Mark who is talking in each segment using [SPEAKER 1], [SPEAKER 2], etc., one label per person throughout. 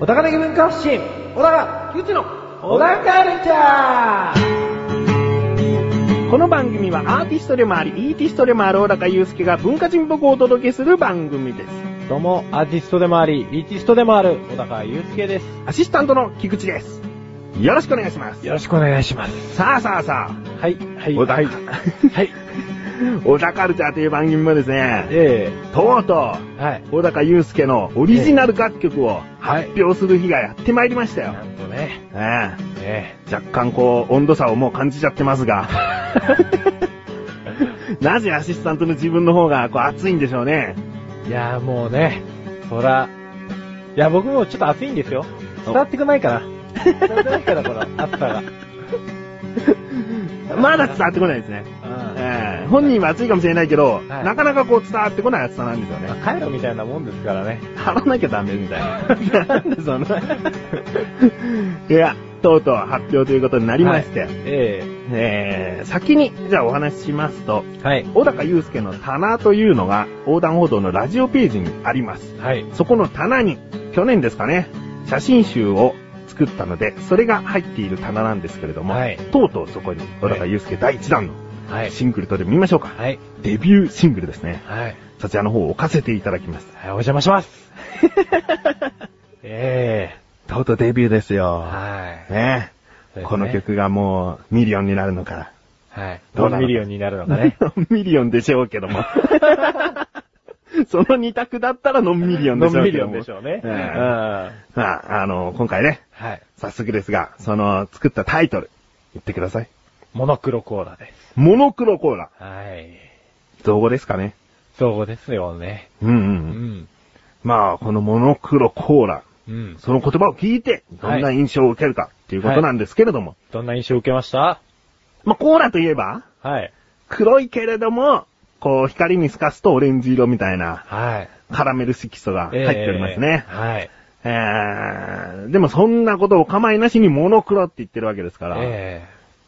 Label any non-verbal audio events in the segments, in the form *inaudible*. [SPEAKER 1] お高げ文化発信、小高、菊池の小高カルチャーこの番組はアーティストでもあり、イーティストでもある小高祐介が文化人っぽくお届けする番組です。
[SPEAKER 2] どうも、アーティストでもあり、リーティストでもある、小高祐介です。
[SPEAKER 1] アシスタントの菊池です。よろしくお願いします。
[SPEAKER 2] よろしくお願いします。
[SPEAKER 1] さあさあさ
[SPEAKER 2] はい、は
[SPEAKER 1] あ、
[SPEAKER 2] い、
[SPEAKER 1] 小高、
[SPEAKER 2] はい。 *laughs* はい。
[SPEAKER 1] 小高カルチャーという番組もですね、
[SPEAKER 2] え
[SPEAKER 1] とうと
[SPEAKER 2] えはい。
[SPEAKER 1] う、小高祐介のオリジナル楽曲を
[SPEAKER 2] はい
[SPEAKER 1] 発表する日がやってまいりましたよ
[SPEAKER 2] な。んとね、
[SPEAKER 1] ええ
[SPEAKER 2] ね
[SPEAKER 1] 若干こう、温度差をもう感じちゃってます *laughs* が。なぜアシスタントの自分の方がこう熱いんでしょうね。
[SPEAKER 2] いやーもうね、そら、いや、僕もちょっと暑いんですよ。伝わってくないかな。伝わってないかな、この *laughs* 暑さ
[SPEAKER 1] まだ伝わってこないですね。
[SPEAKER 2] が。うん。
[SPEAKER 1] ええ本人は熱いかもしれないけど、
[SPEAKER 2] はい
[SPEAKER 1] なかなかこう伝わってこない熱さなんですよ *laughs* ね。
[SPEAKER 2] まあ、帰ろみたいなもんですからね。
[SPEAKER 1] 貼らなきゃダメみたいな。なんでそんな。 *laughs* いや、とうとう発表ということになりまして、
[SPEAKER 2] え
[SPEAKER 1] ええ先に、じゃあお話ししますと、
[SPEAKER 2] えはい。
[SPEAKER 1] 小高祐介の棚というのが横断歩道のラジオページにあります。
[SPEAKER 2] はい。
[SPEAKER 1] そこの棚に、去年ですかね、写真集を作ったので、それが入っている棚なんですけれども、
[SPEAKER 2] はい
[SPEAKER 1] とうとうそこに、小高祐介第1弾の
[SPEAKER 2] はい。
[SPEAKER 1] シングルとで見ましょうか。
[SPEAKER 2] はい。
[SPEAKER 1] デビューシングルですね。
[SPEAKER 2] はい。
[SPEAKER 1] そちらの方を置かせていただき
[SPEAKER 2] *laughs*
[SPEAKER 1] ます。
[SPEAKER 2] はい、お邪魔します。え
[SPEAKER 1] とうとうデビューです
[SPEAKER 2] え
[SPEAKER 1] よ。
[SPEAKER 2] はい。
[SPEAKER 1] ねえ
[SPEAKER 2] そうですね
[SPEAKER 1] この曲がもう、ミリオンになるのか
[SPEAKER 2] はい。
[SPEAKER 1] ど
[SPEAKER 2] ど
[SPEAKER 1] う
[SPEAKER 2] う
[SPEAKER 1] なの
[SPEAKER 2] ミリオンになるのか *laughs* ね。
[SPEAKER 1] ノン *laughs* ミリオンでしょうけど
[SPEAKER 2] *laughs*
[SPEAKER 1] も。その二択だったらノンミリオンでしょ
[SPEAKER 2] のん
[SPEAKER 1] う
[SPEAKER 2] び
[SPEAKER 1] け
[SPEAKER 2] り
[SPEAKER 1] ど
[SPEAKER 2] 読
[SPEAKER 1] も。
[SPEAKER 2] んでしょうね。
[SPEAKER 1] ええ
[SPEAKER 2] は
[SPEAKER 1] まあ、あの、今回ね、
[SPEAKER 2] い。
[SPEAKER 1] 早速ですが、その作ったタイトル、言ってください。
[SPEAKER 2] モノクロコーラです。
[SPEAKER 1] モノクロコーラ。
[SPEAKER 2] はい。
[SPEAKER 1] 造語ですかね。
[SPEAKER 2] そうですよね。
[SPEAKER 1] うんう。
[SPEAKER 2] うんん。
[SPEAKER 1] まあ、このモノクロコーラ、
[SPEAKER 2] うん。
[SPEAKER 1] その言葉を聞いて、どんな印象を受けるかっていうことなんですけれども。
[SPEAKER 2] どんな印象を受けました
[SPEAKER 1] まあ、コーラといえば、
[SPEAKER 2] はい。
[SPEAKER 1] 黒いけれども、こう、光に透かすとオレンジ色みたいな、
[SPEAKER 2] はい。
[SPEAKER 1] カラメル色素が入っておりますね。
[SPEAKER 2] えーはい。
[SPEAKER 1] えー、でもそんなことを構いなしにモノクロって言ってるわけですから、
[SPEAKER 2] え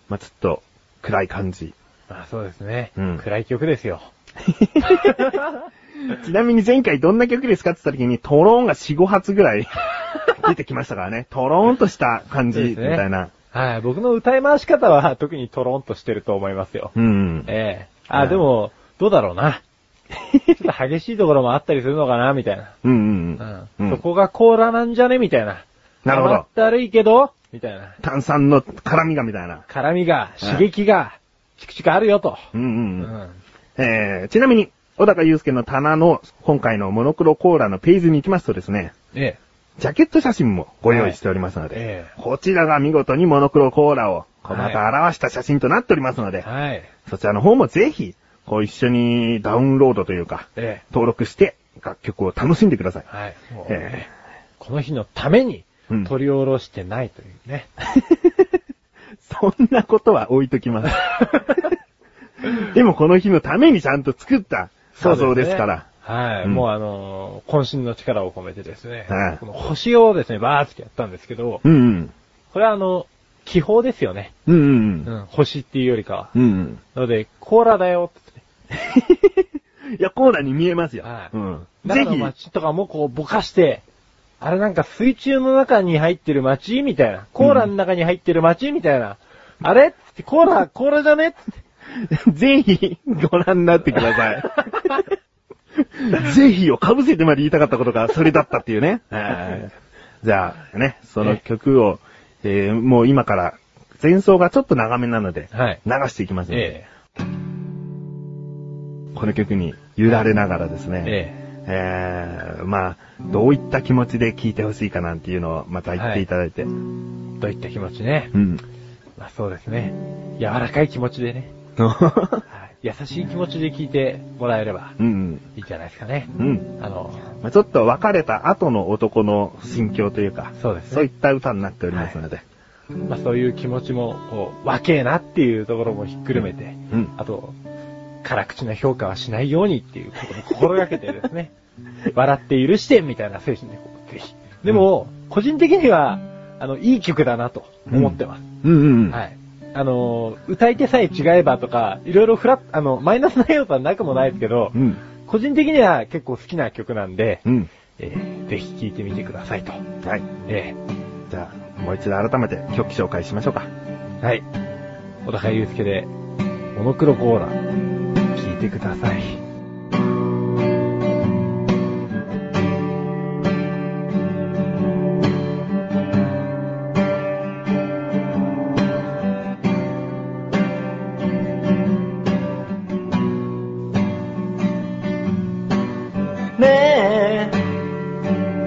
[SPEAKER 1] まあ、ちょっと、暗い感じ。
[SPEAKER 2] えまあそうですね。
[SPEAKER 1] うん
[SPEAKER 2] 暗い曲ですよ。 *laughs*
[SPEAKER 1] ちなみに前回どんな曲ですかって言った時に、トローンが4、5発ぐら
[SPEAKER 2] *laughs*
[SPEAKER 1] い出てきましたからね。トローンとした感じ
[SPEAKER 2] そう
[SPEAKER 1] み
[SPEAKER 2] ですね
[SPEAKER 1] たいな。
[SPEAKER 2] はい。僕の歌い回し方は特にトロンとしてると思いますよ。
[SPEAKER 1] うん。
[SPEAKER 2] ええ
[SPEAKER 1] う
[SPEAKER 2] あ、
[SPEAKER 1] ん
[SPEAKER 2] でも、どうだろうな。ちょっと激しいところもあったりするのかな、みたいな。
[SPEAKER 1] うんうんう。
[SPEAKER 2] うんん。
[SPEAKER 1] う
[SPEAKER 2] そ
[SPEAKER 1] ん、
[SPEAKER 2] こがコーラなんじゃねみたいな。
[SPEAKER 1] なるほ
[SPEAKER 2] 甘
[SPEAKER 1] ど
[SPEAKER 2] っ。たるいけど、みたいな。
[SPEAKER 1] 炭酸の辛みがみたいな。
[SPEAKER 2] 辛みが、
[SPEAKER 1] うん
[SPEAKER 2] 刺激が、チクチクあるよと。
[SPEAKER 1] うん
[SPEAKER 2] う
[SPEAKER 1] うんうん。えー、ちなみに、小高祐介の棚の今回のモノクロコーラのページに行きますとですね、
[SPEAKER 2] え
[SPEAKER 1] ジャケット写真もご用意しておりますので、
[SPEAKER 2] はいええ
[SPEAKER 1] こちらが見事にモノクロコーラをこうまた
[SPEAKER 2] は
[SPEAKER 1] 表した写真となっておりますので、
[SPEAKER 2] え。はい。
[SPEAKER 1] そちらの方もぜひ、こう一緒にダウンロードというか、
[SPEAKER 2] ええ。
[SPEAKER 1] 登録して楽曲を楽しんでください。
[SPEAKER 2] はい。もう
[SPEAKER 1] え
[SPEAKER 2] ねこの日のために
[SPEAKER 1] うん、
[SPEAKER 2] 取り下ろしてないとい
[SPEAKER 1] *laughs*
[SPEAKER 2] うね。
[SPEAKER 1] そんなことは置いとき
[SPEAKER 2] *laughs*
[SPEAKER 1] ます。でもこの日のためにちゃんと作った画像ですから。
[SPEAKER 2] はい。
[SPEAKER 1] うん
[SPEAKER 2] もうあのー、渾身の力を込めてですね
[SPEAKER 1] はい。
[SPEAKER 2] この星をですね、バーってやったんですけど、
[SPEAKER 1] うんうん。
[SPEAKER 2] これはあの、気泡ですよね。
[SPEAKER 1] うんう
[SPEAKER 2] うんん、星っていうよりかは。
[SPEAKER 1] うん。うん
[SPEAKER 2] *laughs*
[SPEAKER 1] うん。
[SPEAKER 2] なので、コーラだよってね。
[SPEAKER 1] いや、コーラに見えますよ。
[SPEAKER 2] はい
[SPEAKER 1] うん。ぜ
[SPEAKER 2] 中の
[SPEAKER 1] ひ、
[SPEAKER 2] 街とかもこうぼかして、あれなんか水中の中に入ってる街みたいな。コーラの中に入ってる街みたいな。あれってコーラ、コーラじゃねって。
[SPEAKER 1] *laughs* ぜひご覧になってください。 *laughs* ぜひを被せてまで言いたかったことがそれだったっていう
[SPEAKER 2] *laughs*
[SPEAKER 1] ね。はいじゃあね、その曲を、えーもう今から前奏がちょっと長めなので、
[SPEAKER 2] はい
[SPEAKER 1] 流していきますので、この曲に揺られながらですね、
[SPEAKER 2] え
[SPEAKER 1] えー、まあ、どういった気持ちで聴いてほしいかなんていうのをまた言っていただいて。
[SPEAKER 2] *laughs* え。といった気持ちね。
[SPEAKER 1] うん。
[SPEAKER 2] まあそうですね。柔らかい気持ちでね。はい優しい気持ちで聞いてもらえれば
[SPEAKER 1] うん。
[SPEAKER 2] いいんじゃないですかね。
[SPEAKER 1] うん。
[SPEAKER 2] あの、
[SPEAKER 1] まあ、ちょっと別れた後の男の心境というか、
[SPEAKER 2] そうですね
[SPEAKER 1] そういった歌になっておりますので。
[SPEAKER 2] まあそういう気持ちも、こう、若えなっていうところもひっくるめて、
[SPEAKER 1] うん。
[SPEAKER 2] あと、辛口な評価はしないようにっていうことも心がけてですね、 *laughs* 笑って許してみたいな精神でこう、ぜひ。でも、個人的には、あの、いい曲だなと思ってます。
[SPEAKER 1] うんうん。
[SPEAKER 2] はい。あの、歌い手さえ違えばとか、いろいろフラッ、あの、マイナスな要素はなくもないですけど、
[SPEAKER 1] うん。
[SPEAKER 2] 個人的には結構好きな曲なんで、
[SPEAKER 1] うん。
[SPEAKER 2] えーぜひ聴いてみてくださいと。
[SPEAKER 1] はい。
[SPEAKER 2] え
[SPEAKER 1] じゃあ、もう一度改めて曲紹介しましょうか。
[SPEAKER 2] ーはい。小高祐介で、モノクロコーラ、聴いてください。ね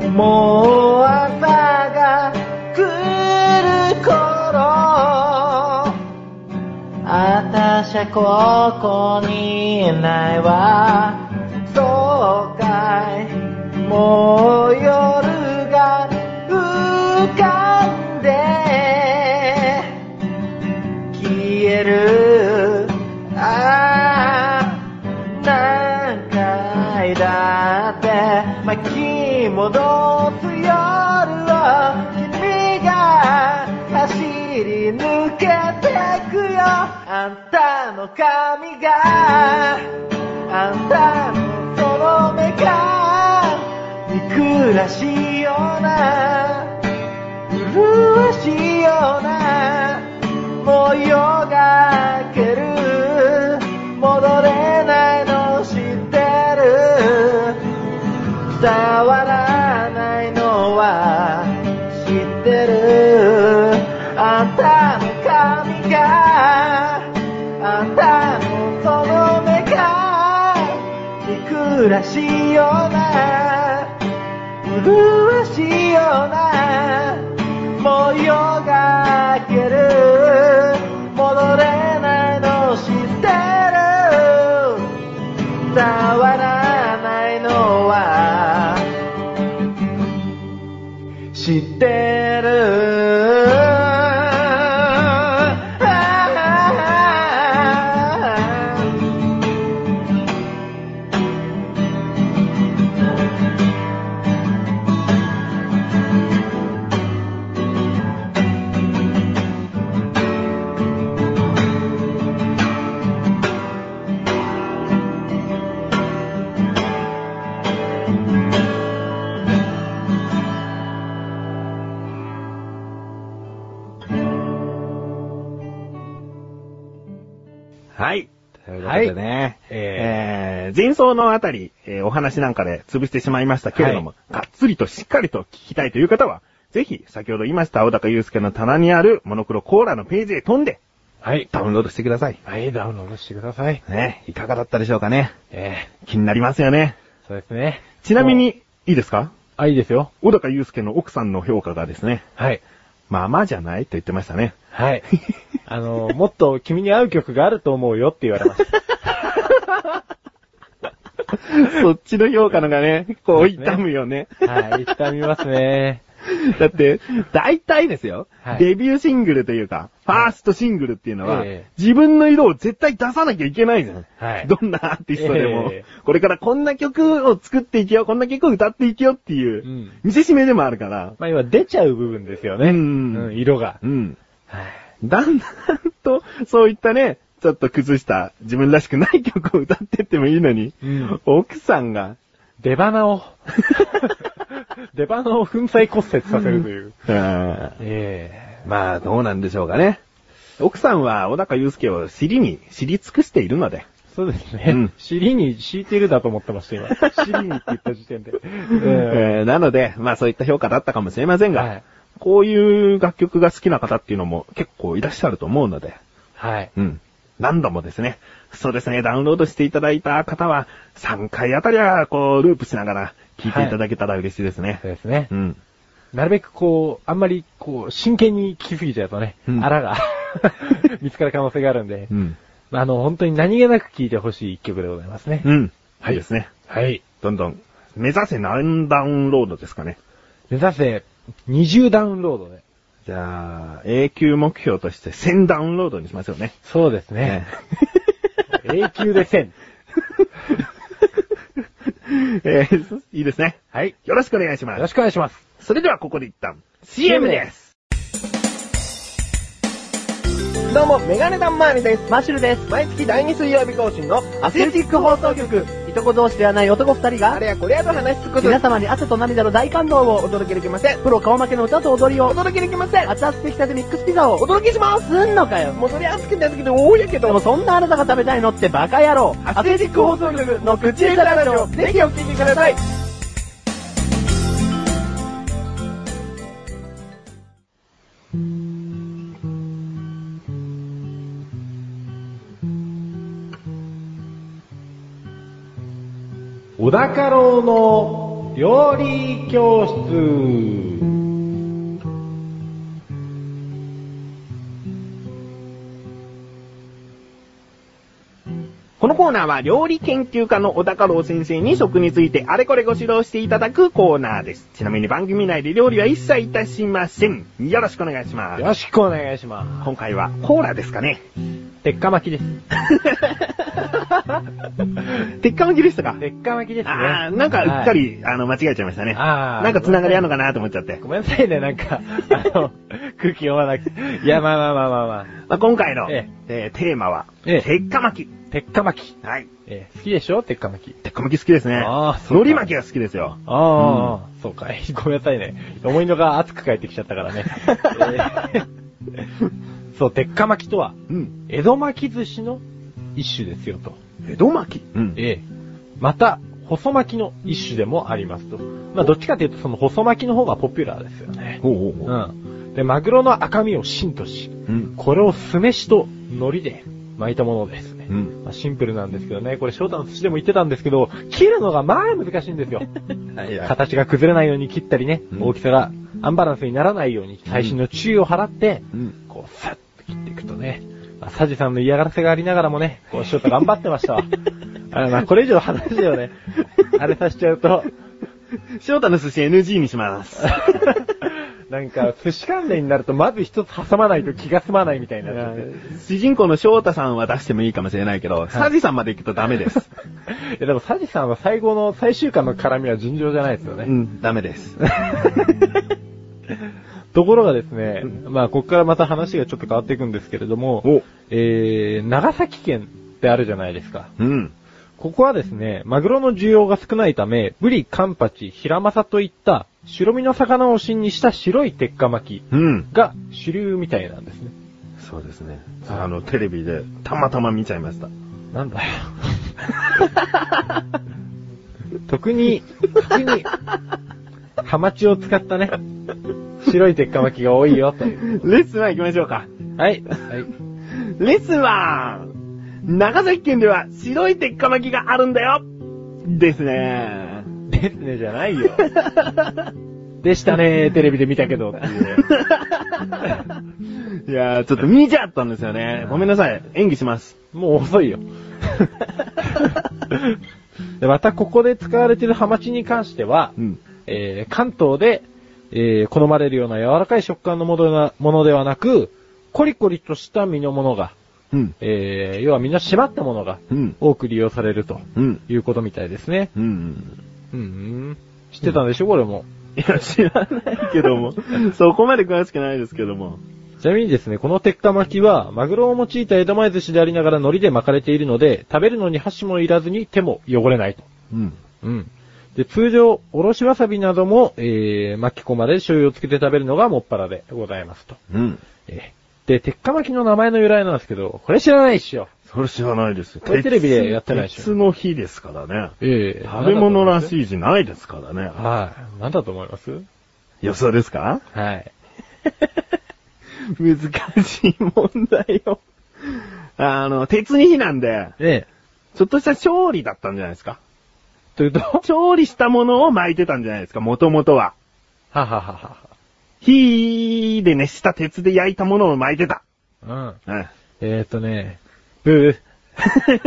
[SPEAKER 2] え、もう朝が来る頃、あたしゃここにいないわ。そうかい、もう夜が浮かんで、消えるああ何回だって巻き戻す夜を君が走り抜けてくよあんたの髪があんたのその目が憎らしいような麗しいようなもう夜が明ける戻れないの知ってる伝わらないのは知ってるあんたの髪があんたのその目が憎らしいような麗しいようなもう夜が明ける戻れないの知ってる伝わらないのは知ってる
[SPEAKER 1] はい。ということでね、
[SPEAKER 2] はい
[SPEAKER 1] えー、前奏のあたり、えーお話なんかで潰してしまいましたけれども、がっつりとしっかりと聞きたいという方は、ぜひ、先ほど言いました、小高祐介の棚にあるモノクロコーラのページへ飛んで、
[SPEAKER 2] はい。
[SPEAKER 1] ダウンロードしてください。
[SPEAKER 2] はい、ダウンロードしてください。
[SPEAKER 1] ね、いかがだったでしょうかね。
[SPEAKER 2] え
[SPEAKER 1] 気になりますよね。
[SPEAKER 2] えそうですね。
[SPEAKER 1] ちなみに、いいですか
[SPEAKER 2] あ、いいですよ。
[SPEAKER 1] 小高祐介の奥さんの評価がですね、
[SPEAKER 2] はい。
[SPEAKER 1] まあまあじゃないと言ってました
[SPEAKER 2] *laughs*
[SPEAKER 1] ね。
[SPEAKER 2] はい。あの、もっと君に合う曲があると思うよって言わ *laughs* れました。
[SPEAKER 1] そっちの評価のがね、こう
[SPEAKER 2] そうですね
[SPEAKER 1] 痛むよね。
[SPEAKER 2] はい、一旦見ますね。
[SPEAKER 1] だって、大体ですよ、
[SPEAKER 2] はい
[SPEAKER 1] デビューシングルというか、ファーストシングルっていうのは、
[SPEAKER 2] ええ
[SPEAKER 1] 自分の色を絶対出さなきゃいけないじゃん。
[SPEAKER 2] はい
[SPEAKER 1] どんなアーティストでも、
[SPEAKER 2] ええ、
[SPEAKER 1] これからこんな曲を作っていけよう、こんな曲を歌っていけようっていううん見せしめでもあるから、
[SPEAKER 2] まあ今出ちゃう部分ですよね。
[SPEAKER 1] うん
[SPEAKER 2] うん色が。
[SPEAKER 1] うん。
[SPEAKER 2] はい。
[SPEAKER 1] だんだんと、そういったね、ちょっと崩した自分らしくない曲を歌ってってもいいのに、
[SPEAKER 2] うん
[SPEAKER 1] 奥さんが、
[SPEAKER 2] 出花 *laughs* を、出花を粉砕骨折させるという。
[SPEAKER 1] うん
[SPEAKER 2] え
[SPEAKER 1] まあ、どうなんでしょうかね。奥さんは小高祐介を尻に知り尽くしているので。
[SPEAKER 2] えそうですね。
[SPEAKER 1] うん
[SPEAKER 2] 尻に敷いてるだと思ってました、今。 *laughs* 尻にって言った時点で。ええ
[SPEAKER 1] えーなので、まあそういった評価だったかもしれませんが、
[SPEAKER 2] はい
[SPEAKER 1] こういう楽曲が好きな方っていうのも結構いらっしゃると思うので、
[SPEAKER 2] はい。
[SPEAKER 1] うん。何度もですね、そうですね、ダウンロードしていただいた方は、3回あたりは、こう、ループしながら、聞いていただけたら嬉しいですね。
[SPEAKER 2] そうですね。
[SPEAKER 1] うん。
[SPEAKER 2] なるべくこう、あんまりこう、真剣に聞きすぎちゃうとね、
[SPEAKER 1] うん
[SPEAKER 2] あらが *laughs* 見つかる可能性があるんで、
[SPEAKER 1] うん。
[SPEAKER 2] あの、本当に何気なく聞いてほしい一曲でございますね。
[SPEAKER 1] うん。はいいですね。
[SPEAKER 2] はい。
[SPEAKER 1] どんどん。目指せ何ダウンロードですかね。
[SPEAKER 2] 目指せ、20ダウンロードで。
[SPEAKER 1] じゃあ、永久目標として1000ダウンロードにしましょうね。 *laughs*
[SPEAKER 2] そうですね。 *laughs* 永久で1000。
[SPEAKER 1] えーいいですね。
[SPEAKER 2] はい。
[SPEAKER 1] よろしくお願いし
[SPEAKER 2] よ
[SPEAKER 1] ま
[SPEAKER 2] ろ
[SPEAKER 1] す。
[SPEAKER 2] しくお願いします。
[SPEAKER 1] それではここで一旦 CM です。
[SPEAKER 3] 「
[SPEAKER 1] どうも、メガネタンマーニです。
[SPEAKER 3] マッシュルです。
[SPEAKER 1] 毎月第2水曜日更新の
[SPEAKER 3] アスレチック放送局、いとこ同士ではない男二人
[SPEAKER 1] あ
[SPEAKER 3] が、
[SPEAKER 1] れやこれやと話しつくと
[SPEAKER 3] 皆様に汗と涙の大感動
[SPEAKER 1] お
[SPEAKER 3] を、
[SPEAKER 1] 届けできません。
[SPEAKER 3] プロ顔負けの歌と踊り
[SPEAKER 1] お
[SPEAKER 3] を、
[SPEAKER 1] 届けできません。
[SPEAKER 3] 熱々できたてミックスピザ
[SPEAKER 1] お
[SPEAKER 3] を、
[SPEAKER 1] 届けします。
[SPEAKER 3] すんのかよ。
[SPEAKER 1] もうそりゃ熱くて熱くて多いやけ
[SPEAKER 3] でも
[SPEAKER 1] ど。
[SPEAKER 3] そんなあなたが食べたいのってバカ野郎。アスレチック放送局の口下手ラジオ、
[SPEAKER 1] ぜひお聞きください。
[SPEAKER 2] 小田家老の料理教室。
[SPEAKER 1] このコーナーは料理研究家の小高郎先生に食についてあれこれご指導していただくコーナーです。ちなみに番組内で料理は一切いたしません。よろしくお願いします。
[SPEAKER 2] よろしくお願いしま
[SPEAKER 1] 今回はコーラですかね。
[SPEAKER 2] す。鉄火巻きです。
[SPEAKER 1] *laughs* 鉄火巻きでしたか
[SPEAKER 2] 鉄火巻きですね。
[SPEAKER 1] ああ、なんかうっかり、あの、間違えちゃいましたね。
[SPEAKER 2] あー
[SPEAKER 1] なんか繋がりあるのかなと思っちゃって。
[SPEAKER 2] ごめんなさいね、なん *laughs* か、あの、空気読まなくて。いや、まあまあまあまあま
[SPEAKER 1] ま
[SPEAKER 2] あ。
[SPEAKER 1] あ、今回の、
[SPEAKER 2] え
[SPEAKER 1] えーテーマは、
[SPEAKER 2] ええ
[SPEAKER 1] 鉄火巻
[SPEAKER 2] 鉄火巻き。
[SPEAKER 1] き。はい。
[SPEAKER 2] えー好きでしょ鉄火巻き。
[SPEAKER 1] 鉄火巻き好きですね。
[SPEAKER 2] あーそうか
[SPEAKER 1] 海苔巻きが好きですよ。
[SPEAKER 2] ああ、そうかい。 *laughs* ごめんなさいね。思いのが熱く返ってきちゃったからね。 *laughs* えーそう、鉄火巻きとは、
[SPEAKER 1] うん。
[SPEAKER 2] 江戸巻き寿司の一種ですよと。
[SPEAKER 1] 江戸巻き。うん。
[SPEAKER 2] ええ。また、細巻きの一種でもありますと。まあ、どっちかというと、その細巻きの方がポピュラーですよね。
[SPEAKER 1] ほうほうほう。
[SPEAKER 2] うん。で、マグロの赤身を芯とし、
[SPEAKER 1] うん。
[SPEAKER 2] これを酢飯と海苔で巻いたものですね。
[SPEAKER 1] うん
[SPEAKER 2] まあ、シンプルなんですけどね、これ翔太の寿司でも言ってたんですけど、切るのがまあ難しいんです
[SPEAKER 1] *laughs*
[SPEAKER 2] よ。
[SPEAKER 1] はいはい
[SPEAKER 2] 形が崩れないように切ったりね、
[SPEAKER 1] うん
[SPEAKER 2] 大きさがアンバランスにならないように最新の注意を払って、
[SPEAKER 1] うん
[SPEAKER 2] こう、さっと切っていくとね、まあ、サジさんの嫌がらせがありながらもね、こう、翔太頑張ってました
[SPEAKER 1] *laughs*
[SPEAKER 2] わ。あのまあ、これ以上話だよね。あれさしちゃうと、 *laughs*
[SPEAKER 1] 翔太の寿司 NG にします。 *laughs*
[SPEAKER 2] なんか、寿司関連になると、まず一つ挟まないと気が済まないみたいになっちゃって。
[SPEAKER 1] 主人公の翔太さんは出してもいいかもしれないけど、サジさんまで行くとダメです。
[SPEAKER 2] いやでも、サジさんは最後の最終巻の絡みは尋常じゃないですよ
[SPEAKER 1] う
[SPEAKER 2] ね。
[SPEAKER 1] ん、ダメです。
[SPEAKER 2] ところがですね、まあ、ここからまた話がちょっと変わっていくんですけれども
[SPEAKER 1] お、
[SPEAKER 2] えー、長崎県ってあるじゃないですか。
[SPEAKER 1] うん。
[SPEAKER 2] ここはですね、マグロの需要が少ないため、ブリ、カンパチ、ヒラマサといった白身の魚を芯にした白い鉄火巻
[SPEAKER 1] うん。
[SPEAKER 2] きが主流みたいなんですね。
[SPEAKER 1] そうですね。あの、テレビでたまたま見ちゃいました。
[SPEAKER 2] なんだよ。特に、特に、ハマチを使ったね、白い鉄火巻きが多いよ、という。
[SPEAKER 1] レッスンは行きましょうか。
[SPEAKER 2] はい。はい。
[SPEAKER 1] レッスンは、長崎県では白い鉄火巻きがあるんだよですね。
[SPEAKER 2] ですね、じゃないよ。でしたね、テレビで見たけど、っていう。
[SPEAKER 1] いやー、ちょっと見ちゃったんですよね。ごめんなさい。演技します。
[SPEAKER 2] もう遅
[SPEAKER 1] *laughs*
[SPEAKER 2] いよ。でまたここで使われているハマチに関しては、
[SPEAKER 1] うん。
[SPEAKER 2] えー関東で、えー好まれるような柔らかい食感のものなものではなく、コリコリとした身のものが、
[SPEAKER 1] うん。
[SPEAKER 2] えー要は身の締まったものが
[SPEAKER 1] うん。
[SPEAKER 2] 多く利用されると
[SPEAKER 1] うん。
[SPEAKER 2] いうことみたいですね。
[SPEAKER 1] うん。
[SPEAKER 2] うんうん、知ってたんでしょ、これも。
[SPEAKER 1] いや、知らないけ *laughs* ども。そこまで詳しくないですけども。
[SPEAKER 2] ちなみにですね、この鉄火巻きは、マグロを用いた江戸前寿司でありながら海苔で巻かれているので、食べるのに箸もいらずに手も汚れないと。
[SPEAKER 1] うん。
[SPEAKER 2] うん。で、通常、おろしわさびなども、えー、巻き込まれ、醤油をつけて食べるのがもっぱらでございますと。
[SPEAKER 1] うん。
[SPEAKER 2] えーで、鉄火巻きの名前の由来なんですけど、これ知らないっしょ。
[SPEAKER 1] それ知らないですよ。
[SPEAKER 2] これテレビでやってないでしょ
[SPEAKER 1] 鉄の日ですからね。
[SPEAKER 2] え
[SPEAKER 1] 食べ物ら
[SPEAKER 2] い。
[SPEAKER 1] しい字ないですからね。
[SPEAKER 2] はい。なんだと思います
[SPEAKER 1] 予想ですか
[SPEAKER 2] はい。
[SPEAKER 1] *laughs* 難しい問題を。あの、鉄に火なんで、
[SPEAKER 2] ええ
[SPEAKER 1] ちょっとした調理だったんじゃないですか。
[SPEAKER 2] というと、 *laughs* は
[SPEAKER 1] 調理したものを巻いてたんじゃないですか、もともとは。
[SPEAKER 2] ははは
[SPEAKER 1] 火で熱した鉄で焼いたものを巻いてた。
[SPEAKER 2] は。うん。
[SPEAKER 1] うん *laughs*
[SPEAKER 2] えー、っとね、ブー。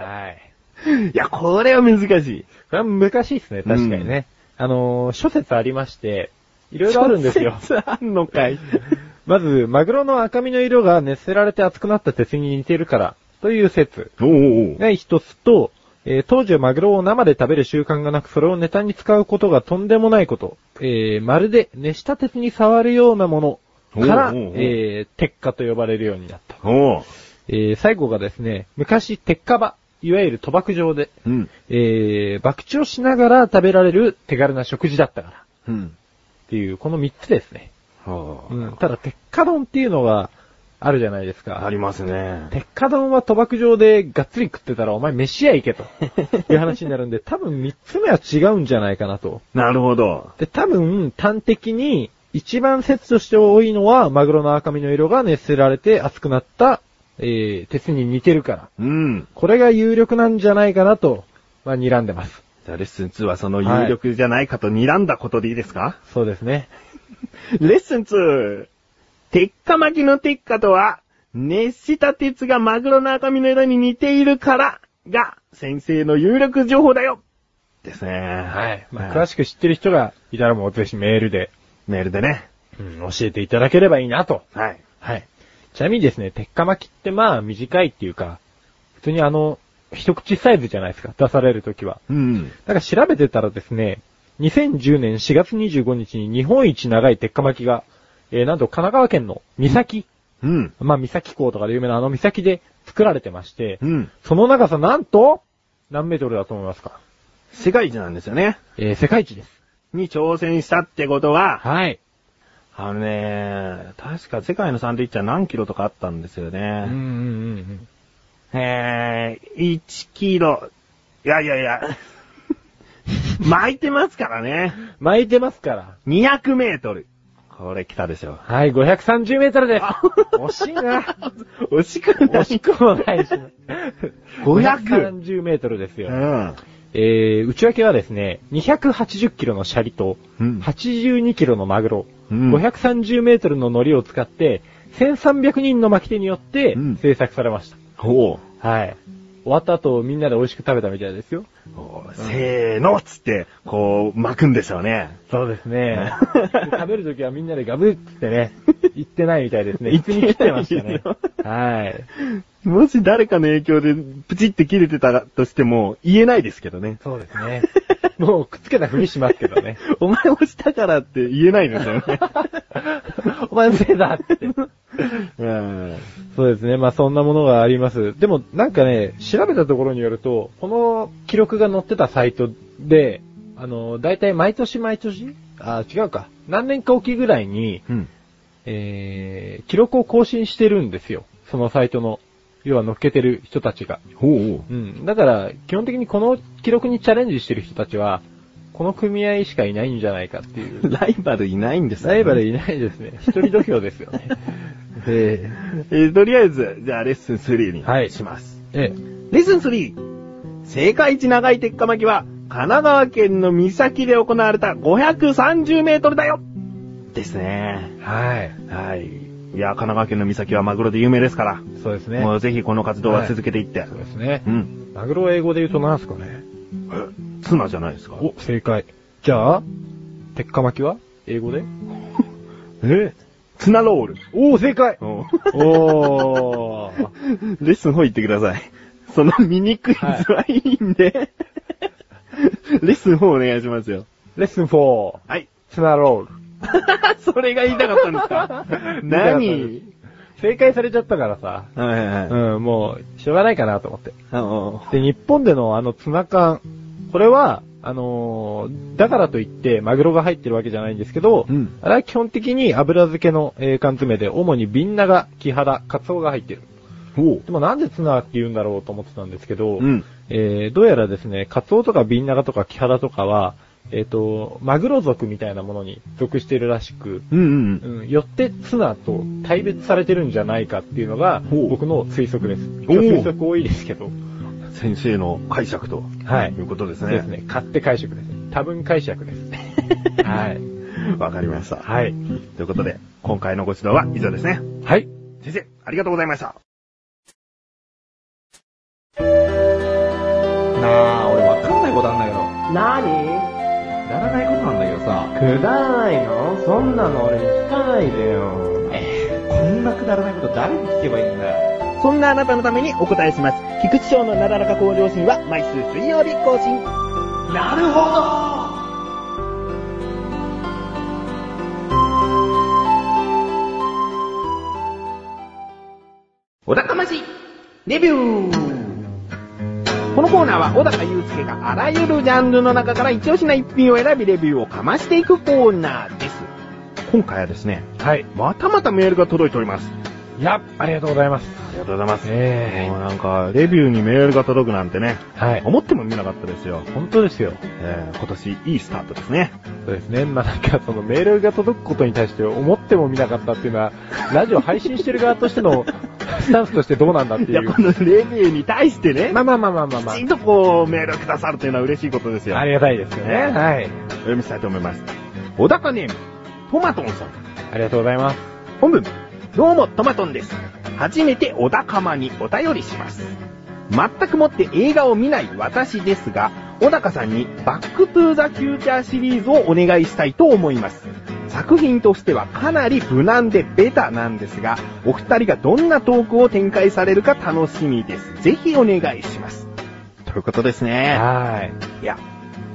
[SPEAKER 2] はい。
[SPEAKER 1] いや、これは難しい。
[SPEAKER 2] これは難しいですね、確かにね。あのー、諸説ありまして、いろいろあるんですよ。
[SPEAKER 1] 諸説あんのかい。
[SPEAKER 2] まず、マグロの赤身の色が熱せられて熱くなった鉄に似ているから、という説
[SPEAKER 1] おうおう
[SPEAKER 2] が一つと、えー当時はマグロを生で食べる習慣がなく、それをネタに使うことがとんでもないこと、えーまるで熱した鉄に触るようなもの
[SPEAKER 1] から
[SPEAKER 4] おうおうおう
[SPEAKER 2] えー、鉄火と呼ばれるようになった。
[SPEAKER 1] おう。
[SPEAKER 2] えー、最後がですね、昔鉄火場、いわゆる賭博場で、
[SPEAKER 1] うん。
[SPEAKER 2] えー、博打をしながら食べられる手軽な食事だったから、っ
[SPEAKER 1] うん。
[SPEAKER 2] ていう、この3つですね。
[SPEAKER 1] はあ
[SPEAKER 2] うん、ただ、鉄火丼っていうのがあるじゃないですか。
[SPEAKER 1] ありますね。
[SPEAKER 2] 鉄火丼は賭博場でがっつり食ってたらお前飯屋行けという話になるんで、多分3つ目は違うんじゃないかなと。
[SPEAKER 1] なるほど。
[SPEAKER 2] で、多分端的に一番説として多いのはマグロの赤身の色が熱せられて熱くなった、えー、鉄に似てるから。
[SPEAKER 1] うん。
[SPEAKER 2] これが有力なんじゃないかなと、まあ睨んでます。
[SPEAKER 1] じゃあレッスン2はその有力じゃないかと睨んだことでいいですか、
[SPEAKER 2] そうですね。
[SPEAKER 4] レッスン 2! 鉄火巻きの鉄火とは、熱した鉄がマグロの赤身の色に似ているから、が、先生の有力情報だよ
[SPEAKER 1] ですね。は
[SPEAKER 2] はい。まあ、詳しく知ってる人がいたらもうぜひメールで、
[SPEAKER 1] メールでね。
[SPEAKER 2] うん、教えていただければいいなと。
[SPEAKER 1] はい。
[SPEAKER 2] はい。ちなみにですね、鉄火巻きってまあ短いっていうか、普通にあの、一口サイズじゃないですか、出されるときは。
[SPEAKER 1] うん。
[SPEAKER 2] だから調べてたらですね、2010年4月25日に日本一長い鉄火巻きが、えー、なんと神奈川県の三崎、
[SPEAKER 1] うん。
[SPEAKER 2] まあ三崎港とかで有名なあの三崎で作られてまして、
[SPEAKER 1] うん。
[SPEAKER 2] その長さなんと、何メートルだと思いますか
[SPEAKER 1] 世界一なんですよね。
[SPEAKER 2] えー、世界一です。
[SPEAKER 1] に挑戦したってことは、
[SPEAKER 2] はい。
[SPEAKER 1] あのね、確か世界のサンドイッチは何キロとかあったんですよ
[SPEAKER 2] うんうん
[SPEAKER 1] ね。
[SPEAKER 2] うん
[SPEAKER 1] えー、1キロ。いやいやい *laughs* や。巻いてますからね。
[SPEAKER 2] うん。巻いてますから。
[SPEAKER 1] 200メートル。これ来たでしょ。
[SPEAKER 2] はい、530メートルです。惜しいな。
[SPEAKER 1] 惜しくな
[SPEAKER 2] *laughs* 惜
[SPEAKER 1] い。
[SPEAKER 2] しくもないし。
[SPEAKER 1] 500。
[SPEAKER 2] 530メートルですよ。
[SPEAKER 1] うん。
[SPEAKER 2] えー、内訳はですね、280キロのシャリと、
[SPEAKER 1] うん
[SPEAKER 2] 82キロのマグロ、
[SPEAKER 1] うん
[SPEAKER 2] 530メートルの海苔を使って、1300人の巻き手によって
[SPEAKER 1] うん
[SPEAKER 2] 制作されました。
[SPEAKER 1] ほ
[SPEAKER 2] はい。終わった後、みんなで美味しく食べたみたいですよ。
[SPEAKER 1] う。せーのっつって、こう、巻くんでしょうね。
[SPEAKER 2] そうですね。 *laughs* 食べるときはみんなでガブッつっ
[SPEAKER 1] *laughs*
[SPEAKER 2] てね、行ってないみたいですね。
[SPEAKER 1] 行
[SPEAKER 2] 行
[SPEAKER 1] っ
[SPEAKER 2] ってて
[SPEAKER 1] ない
[SPEAKER 2] に来てましたね。はい。
[SPEAKER 1] もし誰かの影響で、プチって切れてたらとしても、言えないですけどね。
[SPEAKER 2] そうですね。 *laughs* もうくっつけたふりしますけ
[SPEAKER 1] *laughs*
[SPEAKER 2] どね。
[SPEAKER 1] お前押したからって言えないですよね。
[SPEAKER 2] お前のせいだって。
[SPEAKER 1] *laughs* うん。
[SPEAKER 2] そうですね。まあそんなものがあります。でもなんかね、調べたところによると、この記録が載ってたサイトで、あの、大体毎年毎年あ、違うか。何年かおきぐらいに、
[SPEAKER 1] うん。
[SPEAKER 2] えー、記録を更新してるんですよ。そのサイトの、要は載っけてる人たちが。
[SPEAKER 1] ほう
[SPEAKER 2] うん。だから、基本的にこの記録にチャレンジしてる人たちは、この組合しかいないんじゃないかっていう。
[SPEAKER 1] ライバルいないんです
[SPEAKER 2] *laughs* ライバル
[SPEAKER 1] い
[SPEAKER 2] いないですね。一人度胸ですよね。え
[SPEAKER 1] えーとりあえず、じゃあレッスン3に。
[SPEAKER 2] はい
[SPEAKER 1] します。
[SPEAKER 2] *laughs* ええ
[SPEAKER 4] レッスン 3! 世界一長い鉄火巻きは、神奈川県の三崎で行われた530メートルだよ
[SPEAKER 1] ですね。
[SPEAKER 2] え。はい。
[SPEAKER 1] はい。いや、神奈川県の岬はマグロで有名ですから、
[SPEAKER 2] そうですね。
[SPEAKER 1] もうぜひこの活動は続けていって。
[SPEAKER 2] そうですね
[SPEAKER 1] う。ん。
[SPEAKER 2] マグロは英語で言うと何すかね。
[SPEAKER 1] えツナじゃないですか
[SPEAKER 2] お、正解。じゃあ、鉄火巻きは英語 *laughs* で
[SPEAKER 1] えツナロール。
[SPEAKER 2] おー、正解
[SPEAKER 1] お
[SPEAKER 2] お *laughs* ー。
[SPEAKER 1] レッスン4行ってください。その醜い図はいいんで、レッスン4お願いしますよ。
[SPEAKER 2] レッスン4、
[SPEAKER 1] はい。 *laughs*
[SPEAKER 2] ツナロール。
[SPEAKER 1] それ *laughs* が言いたかったんですか何
[SPEAKER 2] 正解されちゃったからさ、
[SPEAKER 1] はいはいはい。
[SPEAKER 2] うん、もう、しょうがないかなと思って。
[SPEAKER 1] あの
[SPEAKER 2] で、日本でのあのツナ缶、これは、あのーだからといってマグロが入ってるわけじゃないんですけど、
[SPEAKER 1] うん
[SPEAKER 2] あれは基本的に油漬けの、えー缶詰で、主にビンナガ、キハダ、カツオが入ってる。
[SPEAKER 1] おう
[SPEAKER 2] でもなんでツナって言うんだろうと思ってたんですけど、
[SPEAKER 1] うん。
[SPEAKER 2] えーどうやらですね、カツオとかビンナガとかキハダとかは、えっ、と、マグロ族みたいなものに属しているらしく、
[SPEAKER 1] うんうん
[SPEAKER 2] うん、よってツナと対別されてるんじゃないかっていうのが、
[SPEAKER 1] ほう
[SPEAKER 2] 僕の推測です。
[SPEAKER 1] おう
[SPEAKER 2] 推測多いですけど。
[SPEAKER 1] うん。先生の解釈と。
[SPEAKER 2] はい
[SPEAKER 1] いうことです
[SPEAKER 2] そう
[SPEAKER 1] ね。
[SPEAKER 2] ですね。買って解釈です。多分解釈です。 *laughs* はい。
[SPEAKER 1] わかりました。
[SPEAKER 2] はい。
[SPEAKER 1] ということで、今回のご指導は以上ですね。
[SPEAKER 2] はい。
[SPEAKER 1] 先生、ありがとうございました。
[SPEAKER 5] なあ、俺わかんないことあんだけど。く
[SPEAKER 3] 何
[SPEAKER 5] だらないことなんだけどさ。
[SPEAKER 3] くだらないのそんなの俺聞かないでよ。
[SPEAKER 5] えー、こんなくだらないこと誰に聞けばいいんだよ。
[SPEAKER 4] そんなあなたのためにお答えします。菊池賞のなだらか向上心は毎週水曜日更新。
[SPEAKER 5] なるほど
[SPEAKER 4] お高ましレビューこのコーナーは小高祐介があらゆるジャンルの中から一押しな一品を選びレビューをかましていくコーナーです。今回はですね、
[SPEAKER 2] はい。
[SPEAKER 4] またまたメールが届いております。
[SPEAKER 2] やっ、ありがとうございます。
[SPEAKER 4] ありがとうございます。
[SPEAKER 2] え
[SPEAKER 1] もうなんか、レビューにメールが届くなんてね、
[SPEAKER 2] えはい。
[SPEAKER 1] 思っても見なかったですよ。
[SPEAKER 2] 本当ですよ。
[SPEAKER 1] えー今年いいスタートですね。
[SPEAKER 2] そうですね。まあ、なんか、そのメールが届くことに対して思っても見なかったっていうのは、ラジオ配信してる側として *laughs* のスタンスとしてどうなんだって
[SPEAKER 1] い
[SPEAKER 2] い
[SPEAKER 1] や、
[SPEAKER 2] う
[SPEAKER 1] こ。のレビューに対してね、
[SPEAKER 2] まあまあまあまあまあまあ
[SPEAKER 1] きちんとこう、メールをくださるというのは嬉しいことですよ。
[SPEAKER 2] ありがたいですよね。
[SPEAKER 1] ね
[SPEAKER 2] はい。
[SPEAKER 1] お読みしたいと思います。小高ネーム、トマトンさん。
[SPEAKER 2] ありがとうございます。
[SPEAKER 4] 本文、どうもトマトンです。初めて小高間にお便りします。全くもって映画を見ない私ですが、小高さんにバックトゥーザフューチャーシリーズをお願いしたいと思います。作品としてはかなり無難でベタなんですが、お二人がどんなトークを展開されるか楽しみです。ぜひお願いします。ということですね。
[SPEAKER 2] はい。
[SPEAKER 4] いや、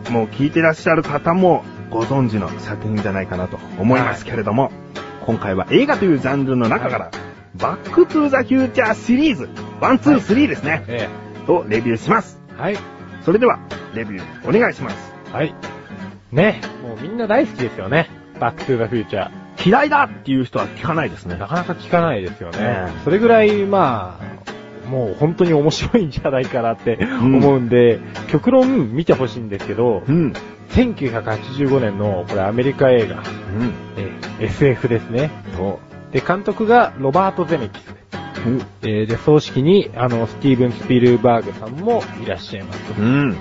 [SPEAKER 1] もう聞いてらっしゃる方もご存知の作品じゃないかなと思いますけれども、今回は映画というジャンルの中から、バックトゥーザフューチャーシリーズ、ワン、ツー、スリーですね、
[SPEAKER 2] え
[SPEAKER 1] をレビューします。
[SPEAKER 2] えはい。
[SPEAKER 1] それでは、レビューお願いします。
[SPEAKER 2] はい。ね。もうみんな大好きですよね。バックトゥーザフューチャー。
[SPEAKER 1] 嫌いだっていう人は聞かないですね。
[SPEAKER 2] なかなか聞かないですよね。
[SPEAKER 1] ええ
[SPEAKER 2] それぐらい、まあ、もう本当に面白いんじゃないかなって
[SPEAKER 1] ん
[SPEAKER 2] 思うんで、極論見てほしいんですけど、
[SPEAKER 1] うん。
[SPEAKER 2] 1985年のこれアメリカ映画、
[SPEAKER 1] うん。
[SPEAKER 2] えー SF ですね。
[SPEAKER 1] と、
[SPEAKER 2] で、監督がロバート・ゼメキス。
[SPEAKER 1] うん
[SPEAKER 2] えーで、葬式に、あの、スティーブン・スピルバーグさんもいらっしゃいます。
[SPEAKER 1] うん。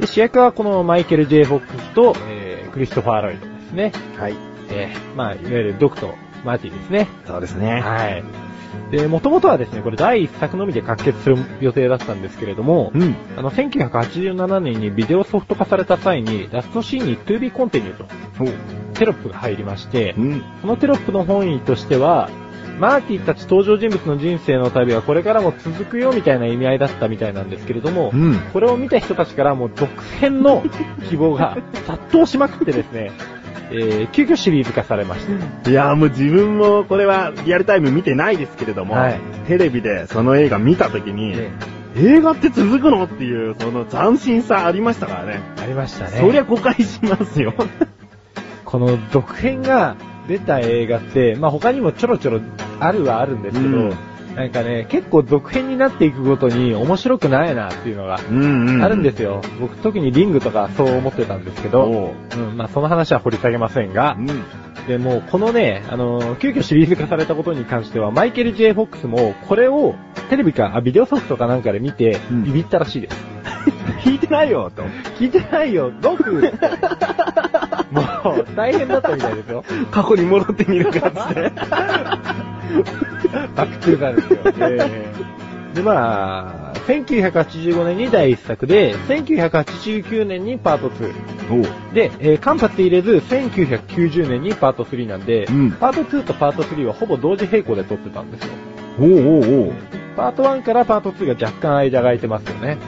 [SPEAKER 2] で、主役はこのマイケル・ J ・フォックスと、えークリストファー・ロイドですね。
[SPEAKER 1] はい。
[SPEAKER 2] えーまあ、いわゆるドクト・マーティですね。
[SPEAKER 1] そうですね。
[SPEAKER 2] はい。で、もともとはですね、これ第一作のみで完結する予定だったんですけれども、
[SPEAKER 1] うん。
[SPEAKER 2] あの、1987年にビデオソフト化された際に、ラストシーンに To be Continue とテロップが入りまして
[SPEAKER 1] う、ん。
[SPEAKER 2] このテロップの本意としては、マーティたち登場人物の人生の旅はこれからも続くよみたいな意味合いだったみたいなんですけれども、
[SPEAKER 1] うん。
[SPEAKER 2] これを見た人たちからもう続編の希望が殺到しまくってですね、えー、急遽シリーズ化されました。
[SPEAKER 1] いやーもう自分もこれはリアルタイム見てないですけれども、
[SPEAKER 2] はい
[SPEAKER 1] テレビでその映画見たときに、
[SPEAKER 2] え
[SPEAKER 1] 映画って続くのっていう、その斬新さありましたからね。
[SPEAKER 2] ありましたね。
[SPEAKER 1] そりゃ誤解しますよ。
[SPEAKER 2] この続編が出た映画って、まあ、他にもちょろちょろあるはあるんですけど、
[SPEAKER 1] うん
[SPEAKER 2] なんかね、結構続編になっていくごとに面白くないなっていうのが
[SPEAKER 1] うん
[SPEAKER 2] あるんですすよ。僕特にリングとかそう思ってたんですけど、
[SPEAKER 1] ど。
[SPEAKER 2] うん、まあ、その話は掘り下げませんが
[SPEAKER 1] う、ん。
[SPEAKER 2] でもうこのね、あのー急遽シリーズ化されたことに関しては、マイケル・ J ・フォックスもこれをテレビか、あ、ビデオソフトかなんかで見て
[SPEAKER 1] う、ん
[SPEAKER 2] ビビったらしいです。 *laughs*
[SPEAKER 1] 聞いてないよ、と。
[SPEAKER 2] 聞いてないよ、僕
[SPEAKER 1] *laughs*
[SPEAKER 2] もう、大変だったみたいですよ。
[SPEAKER 1] 過去に戻ってみるかっつって。
[SPEAKER 2] バックトゥーザですよ。で、まあ、1985年に第1作で、1989年にパート2。
[SPEAKER 1] おう。
[SPEAKER 2] で、えー間髪入れず、1990年にパート3なんで、
[SPEAKER 1] うん
[SPEAKER 2] パート2とパート3はほぼ同時並行で撮ってたんですよ。
[SPEAKER 1] おうおうおう。
[SPEAKER 2] パート1からパート2が若干間が空いてますよね。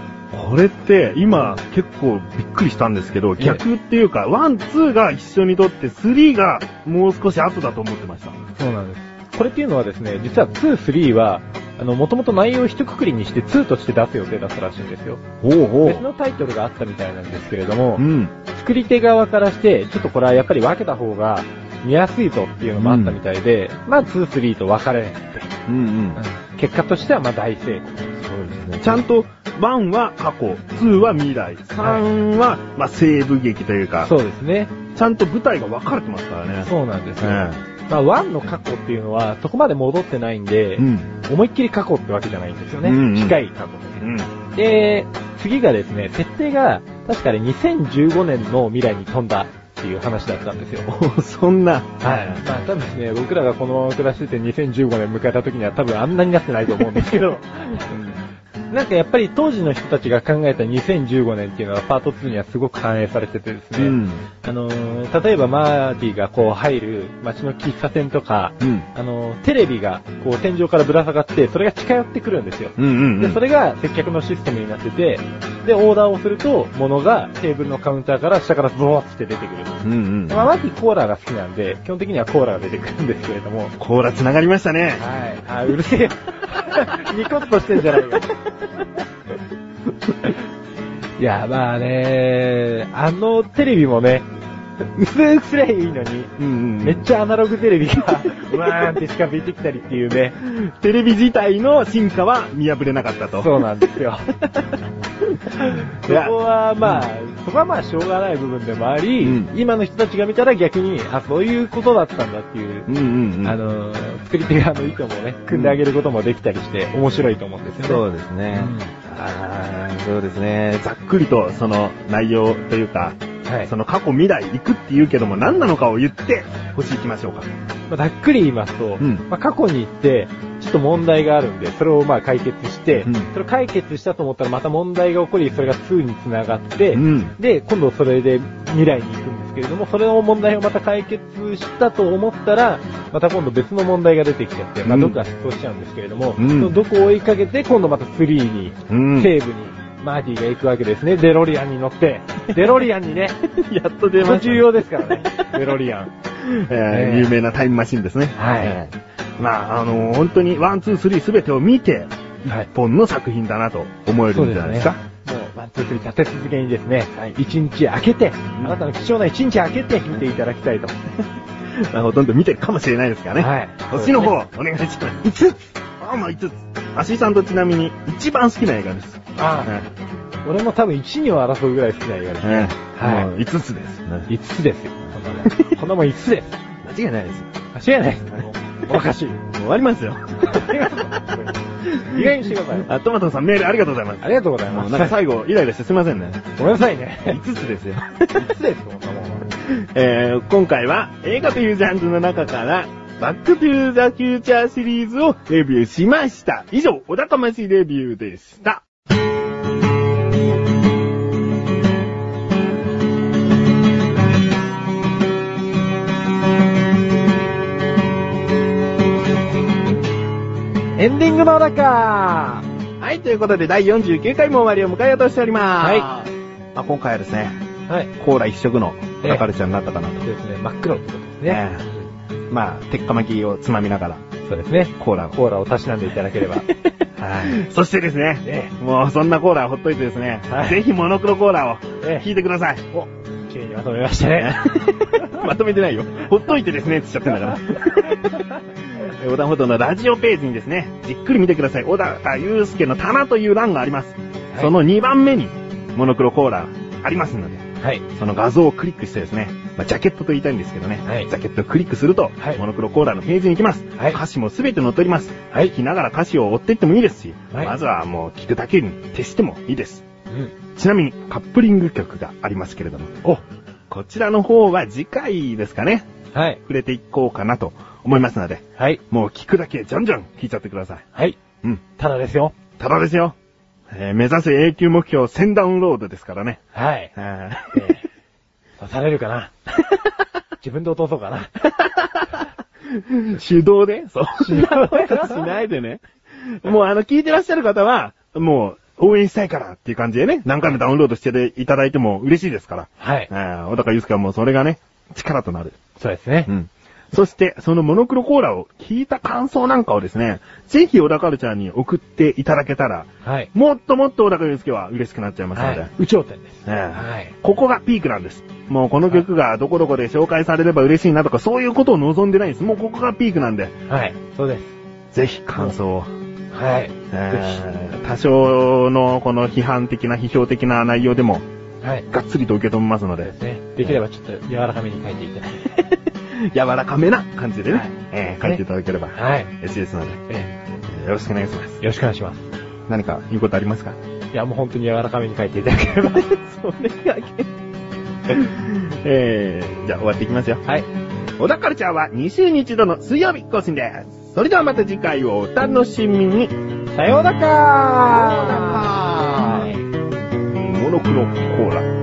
[SPEAKER 1] これって、今、結構びっくりしたんですけど、逆っていうか、ワン、ツーが一緒にとって、スリーがもう少し後だと思ってました。
[SPEAKER 2] そうなんです。これっていうのはですね、実は2、3は、あの、もともと内容を一括りにして2として出す予定だったらしいんですよ。
[SPEAKER 1] おう
[SPEAKER 2] 別のタイトルがあったみたいなんですけれども、
[SPEAKER 1] うん。
[SPEAKER 2] 作り手側からして、ちょっとこれはやっぱり分けた方が見やすいぞっていうのもあったみたいで、まあ2、3と分かれなくて、
[SPEAKER 1] うんうん。
[SPEAKER 2] 結果としてはまあ大成功。
[SPEAKER 1] そうですね。ちゃんと、1は過去、2は未来、3は、まあ、西部劇というか、
[SPEAKER 2] そうですね。
[SPEAKER 1] ちゃんと舞台が分かれてますからね。
[SPEAKER 2] そうなんですよ。
[SPEAKER 1] え
[SPEAKER 2] まあ1の過去っていうのはそこまで戻ってないんで、
[SPEAKER 1] えうん。
[SPEAKER 2] 思いっきり過去ってわけじゃないんですよね。
[SPEAKER 1] うんうん
[SPEAKER 2] 近い過去
[SPEAKER 1] うん。
[SPEAKER 2] で。で、次がですね、設定が確かに2015年の未来に飛んだっていう話だったんですよ。
[SPEAKER 1] おそんな。
[SPEAKER 2] はい。まあ多分ね、僕らがこのまま暮らしてて2015年迎えた時には多分あんなになってないと思うんですけど、なんかやっぱり当時の人たちが考えた2015年っていうのはパート2にはすごく反映されててですね、
[SPEAKER 1] うん
[SPEAKER 2] あのー例えばマーティがこう入る街の喫茶店とか、
[SPEAKER 1] うん
[SPEAKER 2] あのーテレビがこう天井からぶら下がって、それが近寄ってくるんですよ。
[SPEAKER 1] うんうんう
[SPEAKER 2] で、
[SPEAKER 1] ん
[SPEAKER 2] そ。れが接客のシステムになってて、で、オーダーをすると、物がテーブルのカウンターから下からブワーって出てくる。
[SPEAKER 1] うんうん。
[SPEAKER 2] まあ、マーティコーラが好きなんで、基本的にはコーラが出てくるんですけれども、
[SPEAKER 1] コーラ繋がりましたね。
[SPEAKER 2] はい。あ、うるせえ *laughs* よ。ニコッとしてんじゃないよ。 *laughs* いや、まあね、あのテレビもね、薄くすりゃいいのに、
[SPEAKER 1] うん
[SPEAKER 2] めっちゃアナログテレ *laughs* ビが、わーんって近づいてきたりっていうね。
[SPEAKER 1] テレビ自体の進化は見破れなかったと。
[SPEAKER 2] そうなんです *laughs* よ。そ
[SPEAKER 1] い
[SPEAKER 2] こ
[SPEAKER 1] や
[SPEAKER 2] はまあ、そこはまあしょうがない部分でもあり、
[SPEAKER 1] うん
[SPEAKER 2] 今の人たちが見たら逆に、あ、そういうことだったんだっていう、
[SPEAKER 1] うんうんうん。
[SPEAKER 2] あのー、作り手側の意図もね、組んであげることもできたりして、面白いと思うんですよね。
[SPEAKER 1] そうですね。あーそうですね。ざっくりとその内容というか、
[SPEAKER 2] はい。
[SPEAKER 1] その過去未来行くって言うけども何なのかを言って、星行きましょうか。
[SPEAKER 2] まあざっくり言いますと、
[SPEAKER 1] うん
[SPEAKER 2] まあ、過去に行って、ちょっと問題があるんで、それをまあ解決して、
[SPEAKER 1] うん
[SPEAKER 2] それを解決したと思ったらまた問題が起こり、それが2につながって、
[SPEAKER 1] うん
[SPEAKER 2] で、今度それで未来に行くんですけれども、それの問題をまた解決したと思ったら、また今度別の問題が出てきちゃって、まあ
[SPEAKER 1] うん
[SPEAKER 2] どっか失踪しちゃうんですけれども、
[SPEAKER 1] うん
[SPEAKER 2] そのどこを追いかけて、今度また3に、
[SPEAKER 1] うん
[SPEAKER 2] 西部に、マーティが行くわけですね。デロリアンに
[SPEAKER 1] *laughs*
[SPEAKER 2] 乗って、デロリアンにね、
[SPEAKER 1] やっと出
[SPEAKER 2] これ
[SPEAKER 1] ました
[SPEAKER 2] 重。要ですからね、
[SPEAKER 1] *laughs*
[SPEAKER 2] デロリアン。
[SPEAKER 1] え
[SPEAKER 2] ね
[SPEAKER 1] ー有名なタイムマシンですね。
[SPEAKER 2] はい
[SPEAKER 1] えーまあ、あのー本当にワン、ツー、スリーすべてを見て、
[SPEAKER 2] はい
[SPEAKER 1] 一本の作品だなと思えるんじゃないですか。
[SPEAKER 2] もう、ワン、ツー、スリー立て続けにですね、一、日開けて、あなたの貴重な一日開けて見ていただきたいと。
[SPEAKER 1] まあほとんど見てるかもしれないですからね。
[SPEAKER 2] はい
[SPEAKER 1] 星の方、お願いします。5つああ、まあ5つ。アシさんとちなみに一番好きな映画です。
[SPEAKER 2] ああ、俺も多分1、2を争うぐらい好きな映画です。
[SPEAKER 1] え
[SPEAKER 2] はい
[SPEAKER 1] はい。5つです。
[SPEAKER 2] 5つですよ。こんなもんこんなもん5つです。
[SPEAKER 1] 間違いないです。
[SPEAKER 2] 間違いないです。おかしい。
[SPEAKER 1] 終わりますよ。 *laughs*
[SPEAKER 2] 意外にしてください。
[SPEAKER 1] あ、トマトさんメールありがとうございます。
[SPEAKER 2] ありがとうござい
[SPEAKER 1] も
[SPEAKER 2] ま
[SPEAKER 1] う
[SPEAKER 2] す。
[SPEAKER 1] なんか最後、イライラしてすいませ *laughs* んね。
[SPEAKER 2] ごめんなさいね。
[SPEAKER 1] 5つですよ。
[SPEAKER 2] 5つです、こんなもんは。
[SPEAKER 1] えー今回は映画というジャンルの中から、バックトゥーザフューチャーシリーズをレビューしました。以上、お高ましレビューでした。
[SPEAKER 2] エンディングのおだか
[SPEAKER 1] はい、ということで第49回も終わりを迎えようとしております。
[SPEAKER 2] はい
[SPEAKER 1] まあ、今回はですね、
[SPEAKER 2] はい。
[SPEAKER 1] コーラ一色のお高ルちゃんになったかなと。
[SPEAKER 2] そうですね、真っ黒ってことですね。
[SPEAKER 1] ねまあ、鉄火巻きをつまみながら、
[SPEAKER 2] そうですね。
[SPEAKER 1] コーラを。
[SPEAKER 2] コーラをたしなんでいただけ *laughs* れば。
[SPEAKER 1] はい。そしてですね、
[SPEAKER 2] ね
[SPEAKER 1] もうそんなコーラをほっといてですね、
[SPEAKER 2] はい
[SPEAKER 1] ぜひモノクロコーラを
[SPEAKER 2] ええ
[SPEAKER 1] 引いてください。
[SPEAKER 2] お、綺麗にまとめましたね。
[SPEAKER 1] *laughs* まとめてないよ。ほっといてですねって言っちゃってんだ
[SPEAKER 2] *laughs*
[SPEAKER 1] から。え横断歩道のラジオページにですね、じっくり見てください。小高祐介の棚という欄があります。
[SPEAKER 2] はい
[SPEAKER 1] その2番目に、モノクロコーラありますので、
[SPEAKER 2] *laughs* はい。
[SPEAKER 1] その画像をクリックしてですね、まあ、ジャケットと言いたいんですけどね、
[SPEAKER 2] はい
[SPEAKER 1] ジャケットをクリックすると、
[SPEAKER 2] はい
[SPEAKER 1] モノクロコーラのページに行きます。
[SPEAKER 2] はい
[SPEAKER 1] 歌詞もすべて載っております。
[SPEAKER 2] はい
[SPEAKER 1] 聞きながら歌詞を追っていってもいいですし、
[SPEAKER 2] はい
[SPEAKER 1] まずはもう聞くだけに徹してもいいです。
[SPEAKER 2] うん。
[SPEAKER 1] ちなみに、カップリング曲がありますけれども、
[SPEAKER 2] お、
[SPEAKER 1] こちらの方は次回ですかね、
[SPEAKER 2] はい。
[SPEAKER 1] 触れていこうかなと思いますので、
[SPEAKER 2] はい。
[SPEAKER 1] もう聞くだけじゃんじゃん聞いちゃってください。
[SPEAKER 2] はい。
[SPEAKER 1] うん。
[SPEAKER 2] ただですよ。
[SPEAKER 1] ただですよ。えー目指せ永久目標1000ダウンロードですからね。
[SPEAKER 2] はい。
[SPEAKER 1] あ *laughs* ー
[SPEAKER 2] えー刺されるか *laughs* な自分で落とそうか *laughs* な。
[SPEAKER 1] 手動でそう。そんなことしないでね。 *laughs* もうあの、聞いてらっしゃる方は、もう、応援したいからっていう感じでね、何回もダウンロードしていただいても嬉しいですから。
[SPEAKER 2] はい。
[SPEAKER 1] あー小高祐介はもうそれがね、力となる。
[SPEAKER 2] そうですね。
[SPEAKER 1] うん。そして、そのモノクロコーラを聞いた感想なんかをですね、ぜひ小高ルちゃんに送っていただけたら、
[SPEAKER 2] はい。
[SPEAKER 1] もっともっと小高祐介は嬉しくなっちゃいます
[SPEAKER 2] は
[SPEAKER 1] ので。
[SPEAKER 2] い。宇宙店です。
[SPEAKER 1] ええ
[SPEAKER 2] はい。
[SPEAKER 1] ここがピークなんです。もうこの曲がどこどこで紹介されれば嬉しいなとか、そういうことを望んでないんです。もうここがピークなんで、
[SPEAKER 2] はい。そうです。
[SPEAKER 1] ぜひ感想を。
[SPEAKER 2] はい。
[SPEAKER 1] ええ多少のこの批判的な批評的な内容でも、
[SPEAKER 2] はい。
[SPEAKER 1] がっつりと受け止めますの
[SPEAKER 2] で
[SPEAKER 1] で、
[SPEAKER 2] すね。できればちょっと柔らかめに書いていただい *laughs* て。
[SPEAKER 1] *laughs* 柔らかめな感じでね、
[SPEAKER 2] はい
[SPEAKER 1] ええ書いていただければ
[SPEAKER 2] はい。
[SPEAKER 1] 嬉しいですので、
[SPEAKER 2] え
[SPEAKER 1] ええよろしくお願いします。
[SPEAKER 2] ーよろしくお願いします。
[SPEAKER 1] 何か言うことありますか
[SPEAKER 2] いや、もう本当に柔らかめに書いていただければ。
[SPEAKER 1] *laughs* それだけ。 *laughs* えー、じゃあ終わっていきますよ。
[SPEAKER 2] はい。
[SPEAKER 1] 小田カルチャーは2週に一度の水曜日更新です。それではまた次回をお楽しみに。
[SPEAKER 2] さようなら
[SPEAKER 1] モノクロコーラ。